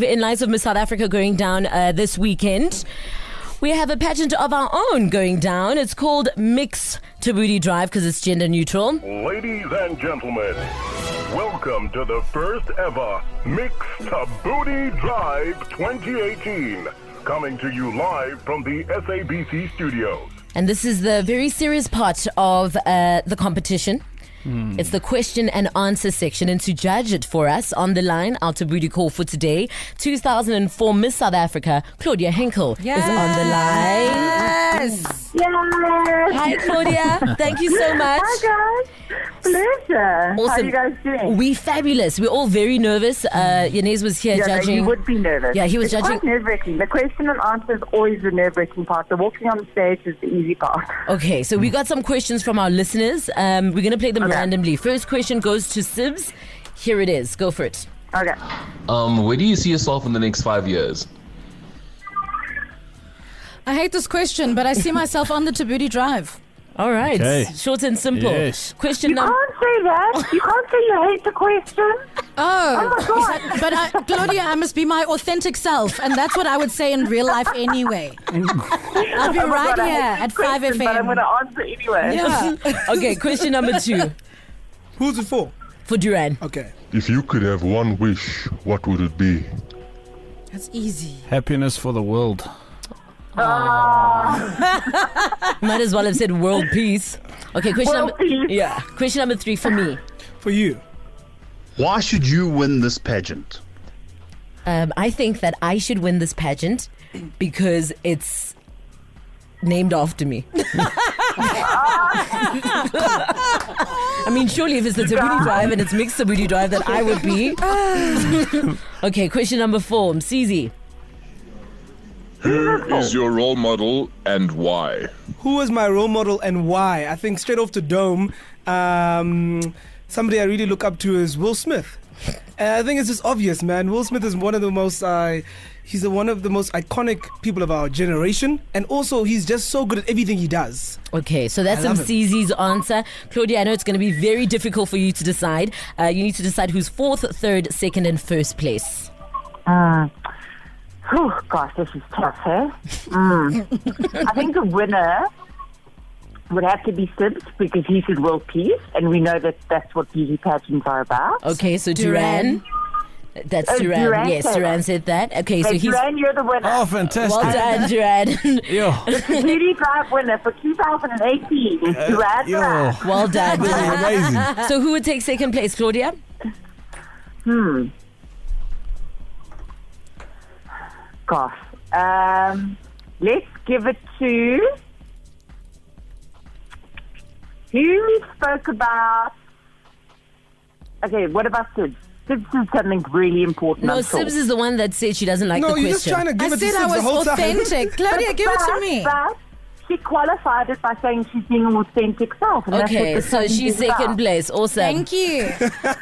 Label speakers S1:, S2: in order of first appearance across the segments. S1: In light of Miss South Africa going down uh, this weekend, we have a pageant of our own going down. It's called Mix Tabuti Drive because it's gender neutral.
S2: Ladies and gentlemen, welcome to the first ever Mixed Booty Drive 2018, coming to you live from the SABC studios.
S1: And this is the very serious part of uh, the competition. It's the question and answer section. And to judge it for us on the line, our Tabooty call for today, 2004 Miss South Africa, Claudia Henkel is on the line.
S3: Yes.
S4: Yes.
S1: Hi, Claudia. Thank you so much.
S4: Hi guys. Pleasure. How are
S1: Awesome.
S4: you guys doing?
S1: We fabulous. We're all very nervous. Uh, Yanez was here
S4: yeah, no,
S1: judging.
S4: you would be nervous.
S1: Yeah, he was
S4: it's
S1: judging-
S4: Quite nerve-wracking. The question and answer is always the nerve-wracking part. The walking on stage is the easy part.
S1: Okay, so we
S5: Hmm.
S1: got some questions from our listeners. Um, we're going to play them randomly. First question goes to Sibs. Here it is. Go for it.
S4: Okay.
S6: Um, where do you see yourself in the next five years?
S3: I hate this question, but I see myself on the Tabuti Drive.
S1: All right.
S5: Okay.
S1: Short and simple.
S5: Yes.
S1: Question
S4: You
S1: number.
S4: can't say that. You can't say you hate the question.
S3: Oh.
S4: my God.
S3: But I, Claudia, I must be my authentic self, and that's what I would say in real life anyway. I'll be
S4: Oh my
S3: right
S4: God, I hate
S3: here
S4: this
S3: at 5
S4: question, But I'm going to
S3: FM.
S4: answer anyway.
S3: Yeah.
S1: Okay, question number two
S7: Who's it for?
S1: for Duran.
S7: Okay.
S8: If you could have one wish, what would it be?
S3: That's easy.
S5: Happiness for the world.
S1: Might as well have said world peace. Okay, question
S4: World
S1: number.
S4: peace.
S1: Yeah. Question number three for me.
S7: For you.
S9: Why should you win this pageant?
S1: Um, I think that I should win this pageant because it's named after me. I mean, surely if it's the Tabuti Drive and it's mixed Tabuti Drive, that I would be. okay, question number four, Mzizi.
S6: Who is your role model and why?
S7: Who was my role model and why? I think straight off the dome, um, somebody I really look up to is Will Smith. And I think it's just obvious, man. Will Smith is one of the most, uh, he's the, one of the most iconic people of our generation. And also, he's just so good at everything he does.
S1: Okay, so that's
S7: I love him.
S1: Mzizi's answer. Claudia, I know it's going to be very difficult for you to decide. Uh, you need to decide who's fourth, third, second, and first place.
S4: Mm. Whew, gosh, this is tough, eh? Mm. I think the winner would have to be Sibbs because he should will peace, and we know that that's what beauty pageants are about.
S1: Okay, so Duran. That's
S4: Oh,
S1: Duran.
S4: Duran
S1: Yes,
S4: said
S1: Duran
S4: that.
S1: said that. Okay, so
S4: Hey,
S1: he's.
S4: Duran, you're the winner.
S5: Oh, fantastic.
S1: Well done, Duran.
S5: Yo,
S4: Beauty Drive winner for 2018
S7: Uh,
S4: is Duran.
S5: yo.
S1: Well done.
S5: This is
S1: Duran.
S5: amazing.
S1: So who would take second place, Claudia?
S4: Hmm. Gosh. Um, let's give it to. Who spoke about. Okay, what about Sibs? Sibs said something really important.
S1: No,
S4: I'm sure.
S1: Sibs is the one that said she doesn't like
S7: no,
S1: the
S7: you're just
S1: question.
S7: trying to give
S3: I
S7: it to
S3: said I
S7: Sibs the whole
S3: was
S7: time.
S3: authentic. Claudia, give it to me.
S4: But she qualified it by saying she's being an authentic self. And
S1: Okay,
S4: that's what
S1: so
S4: the
S1: she's
S4: second
S1: second place. Awesome.
S3: Thank you.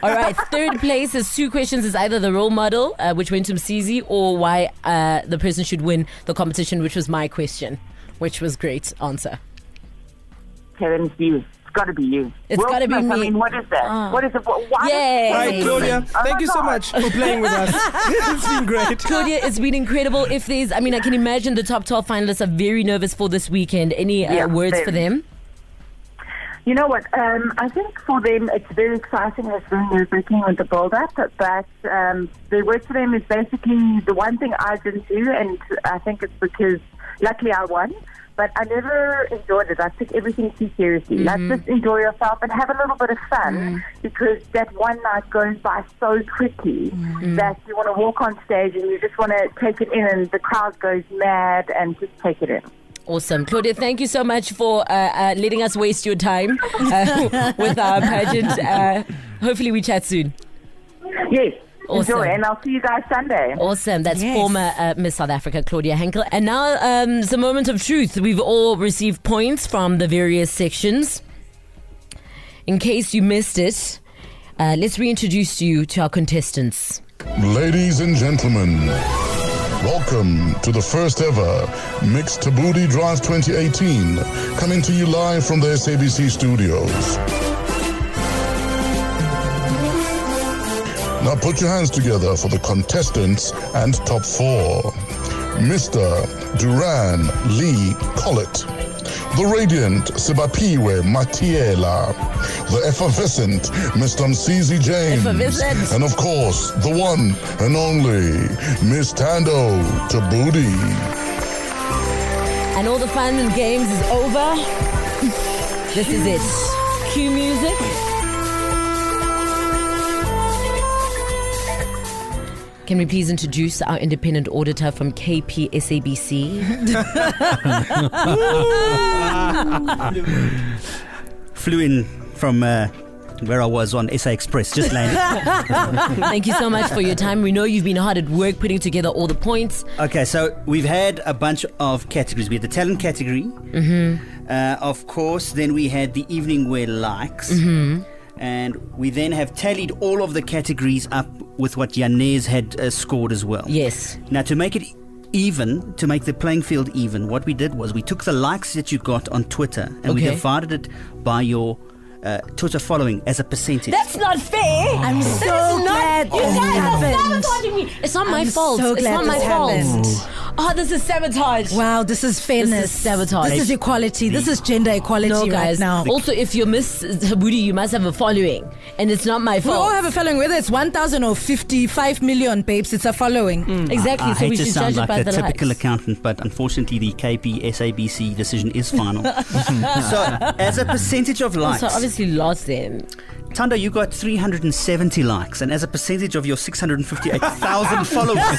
S1: All right, third place is two questions is either the role model, uh, which went to Mzizi, or why uh, the person should win the competition, which was my question, which was great answer.
S4: Okay, then it's you. It's got to be you.
S1: It's
S4: Will
S1: gotta be
S4: Smith,
S1: me.
S4: I
S1: Ah.
S4: mean, what is that? What is it? What, why
S1: Yay.
S7: All right, Claudia,
S4: Oh
S7: thank
S4: my
S7: you so
S4: God.
S7: much for playing with us. it's been great.
S1: Claudia, it's been incredible. If there's, I mean, I can imagine the top 12 finalists are very nervous for this weekend. Any uh,
S4: Yeah,
S1: words
S4: very.
S1: for them?
S4: You know what? Um, I think for them, it's very exciting. It's very nerve-wracking with the build-up, but um, the work for them is basically the one thing I didn't do, and I think it's because luckily I won. But I never enjoyed it. I took everything too seriously. Like just enjoy yourself and have a little bit of fun because that one night goes by so quickly that you want to walk on stage and you just want to take it in, and the crowd goes mad and just take it in.
S1: Awesome. Claudia, thank you so much for uh, uh, letting us waste your time uh, with our pageant. Uh, hopefully, we chat soon.
S4: Yes.
S1: Awesome.
S4: Enjoy, and I'll see you guys Sunday.
S1: Awesome. That's
S3: Yes.
S1: former uh, Miss South Africa, Claudia Henkel. And now um, it's a moment of truth. We've all received points from the various sections. In case you missed it, uh, let's reintroduce you to our contestants.
S8: Ladies and gentlemen, welcome to the first ever Mixed Tabuti Drive 2018, coming to you live from the SABC studios. Now put your hands together for the contestants and top four. Mr. Duran Lee Collett. The radiant Sibapiwe Matiela. The effervescent Mr. Mcz James.
S1: Effervescent.
S8: And of course, the one and only Miss Tando Tabudi.
S1: And all the fun and games is over. This is it. Cue music. Can we please introduce our independent auditor from KPSABC?
S5: Flew in from uh, where I was on SA Express, just landed.
S1: Thank you so much for your time. We know you've been hard at work putting together all the points.
S5: okay, so we've had a bunch of categories. We had the talent category, mm-hmm. uh, of course. Then we had the evening wear likes. Mm-hmm. And we then have tallied all of the categories up with what Yanez had uh, scored as well.
S1: Yes.
S5: Now, to make it even, to make the playing field even, what we did was we took the likes that you got on Twitter and we
S1: Okay.
S5: divided it by your uh, Twitter following as a percentage.
S1: That's not fair.
S3: I'm so
S1: That's
S3: glad
S1: not, you
S3: this
S1: guys are
S3: happened.
S1: sabotaging me. It's not my
S3: I'm
S1: fault.
S3: so
S1: it's
S3: glad
S1: not my
S3: this
S1: fault.
S3: happened.
S1: Oh, this is sabotage.
S3: Wow, this is fairness.
S1: sabotage.
S3: This is equality. This is gender equality
S1: No, guys.
S3: right now.
S1: Also, if you're Miss Tabudi, you must have a following, and it's not my
S3: We all
S1: fault.
S3: have a following, whether it's 1,000 or 55 million, babes. It's a following.
S1: exactly.
S5: I
S1: so
S5: hate
S1: we
S5: to
S1: should
S5: sound
S1: judge it
S5: like
S1: by
S5: a
S1: the
S5: typical
S1: likes.
S5: accountant, but unfortunately, the KPSABC decision is final. so, as a percentage of likes,
S1: So obviously lost them.
S5: Tando, you got 370 likes, and as a percentage of your 658,000 followers,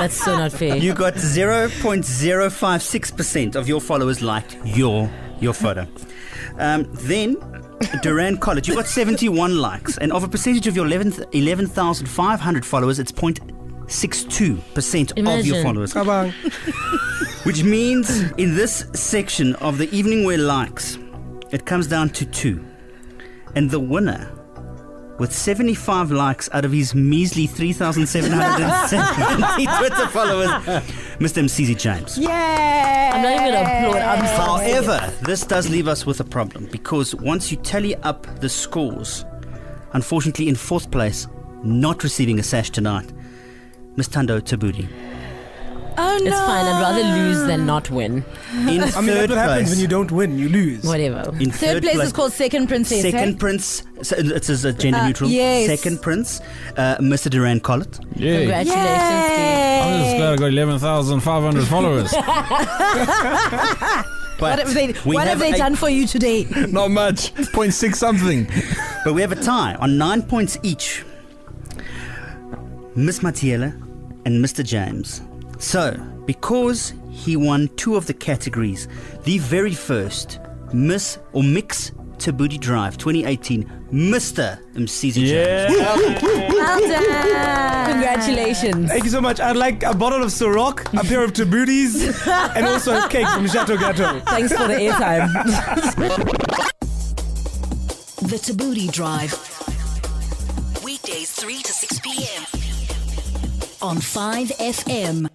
S1: That's so not fair.
S5: you got 0.056% of your followers liked your your photo. Um, then. Duran College, you got 71 likes, and of a percentage of your 11th 11,500 followers, it's 0.62% of your
S1: Imagine.
S5: followers.
S7: Kabang.
S5: Which means in this section of the evening wear likes, it comes down to two. And the winner, with 75 likes out of his measly 3,770 Twitter followers, Mr. MCZ James.
S3: Yeah.
S1: I'm not even gonna applaud. I'm sorry.
S5: However, this does leave us with a problem because once you tally up the scores, unfortunately, in fourth place, not receiving a sash tonight, Miss Tando Tabudi.
S3: Oh, no.
S1: It's fine. I'd rather lose than not win.
S7: I
S5: In
S7: mean,
S5: third
S7: that's what happens
S5: place,
S7: when you don't win, you lose.
S1: Whatever.
S5: in
S3: Third, place, is called second princess.
S5: Second
S3: hey?
S5: Prince, so it says uh, gender
S3: Uh,
S5: neutral.
S3: yes.
S5: Second Prince, uh, Mr. Duran Collett.
S10: Yeah.
S1: Congratulations. Steve.
S10: I'm just glad I got 11,500 followers.
S5: But
S3: What have they,
S5: we
S3: what have they
S5: a-
S3: done for you today?
S10: Not much. Point six something.
S5: But we have a tie on nine points each. Miss Matiela and Mr. James. So, because he won two of the categories, the very first Miss or Mix to Booty Drive 2018, Mr. MCZ James.
S3: Well done.
S1: Congratulations.
S7: Thank you so much. I'd like a bottle of Ciroc, a pair of Tabutis, and also a cake from Chateau Gateau.
S1: Thanks for the airtime.
S11: The Tabooty Drive. Weekdays 3 to 6 p.m. on 5FM.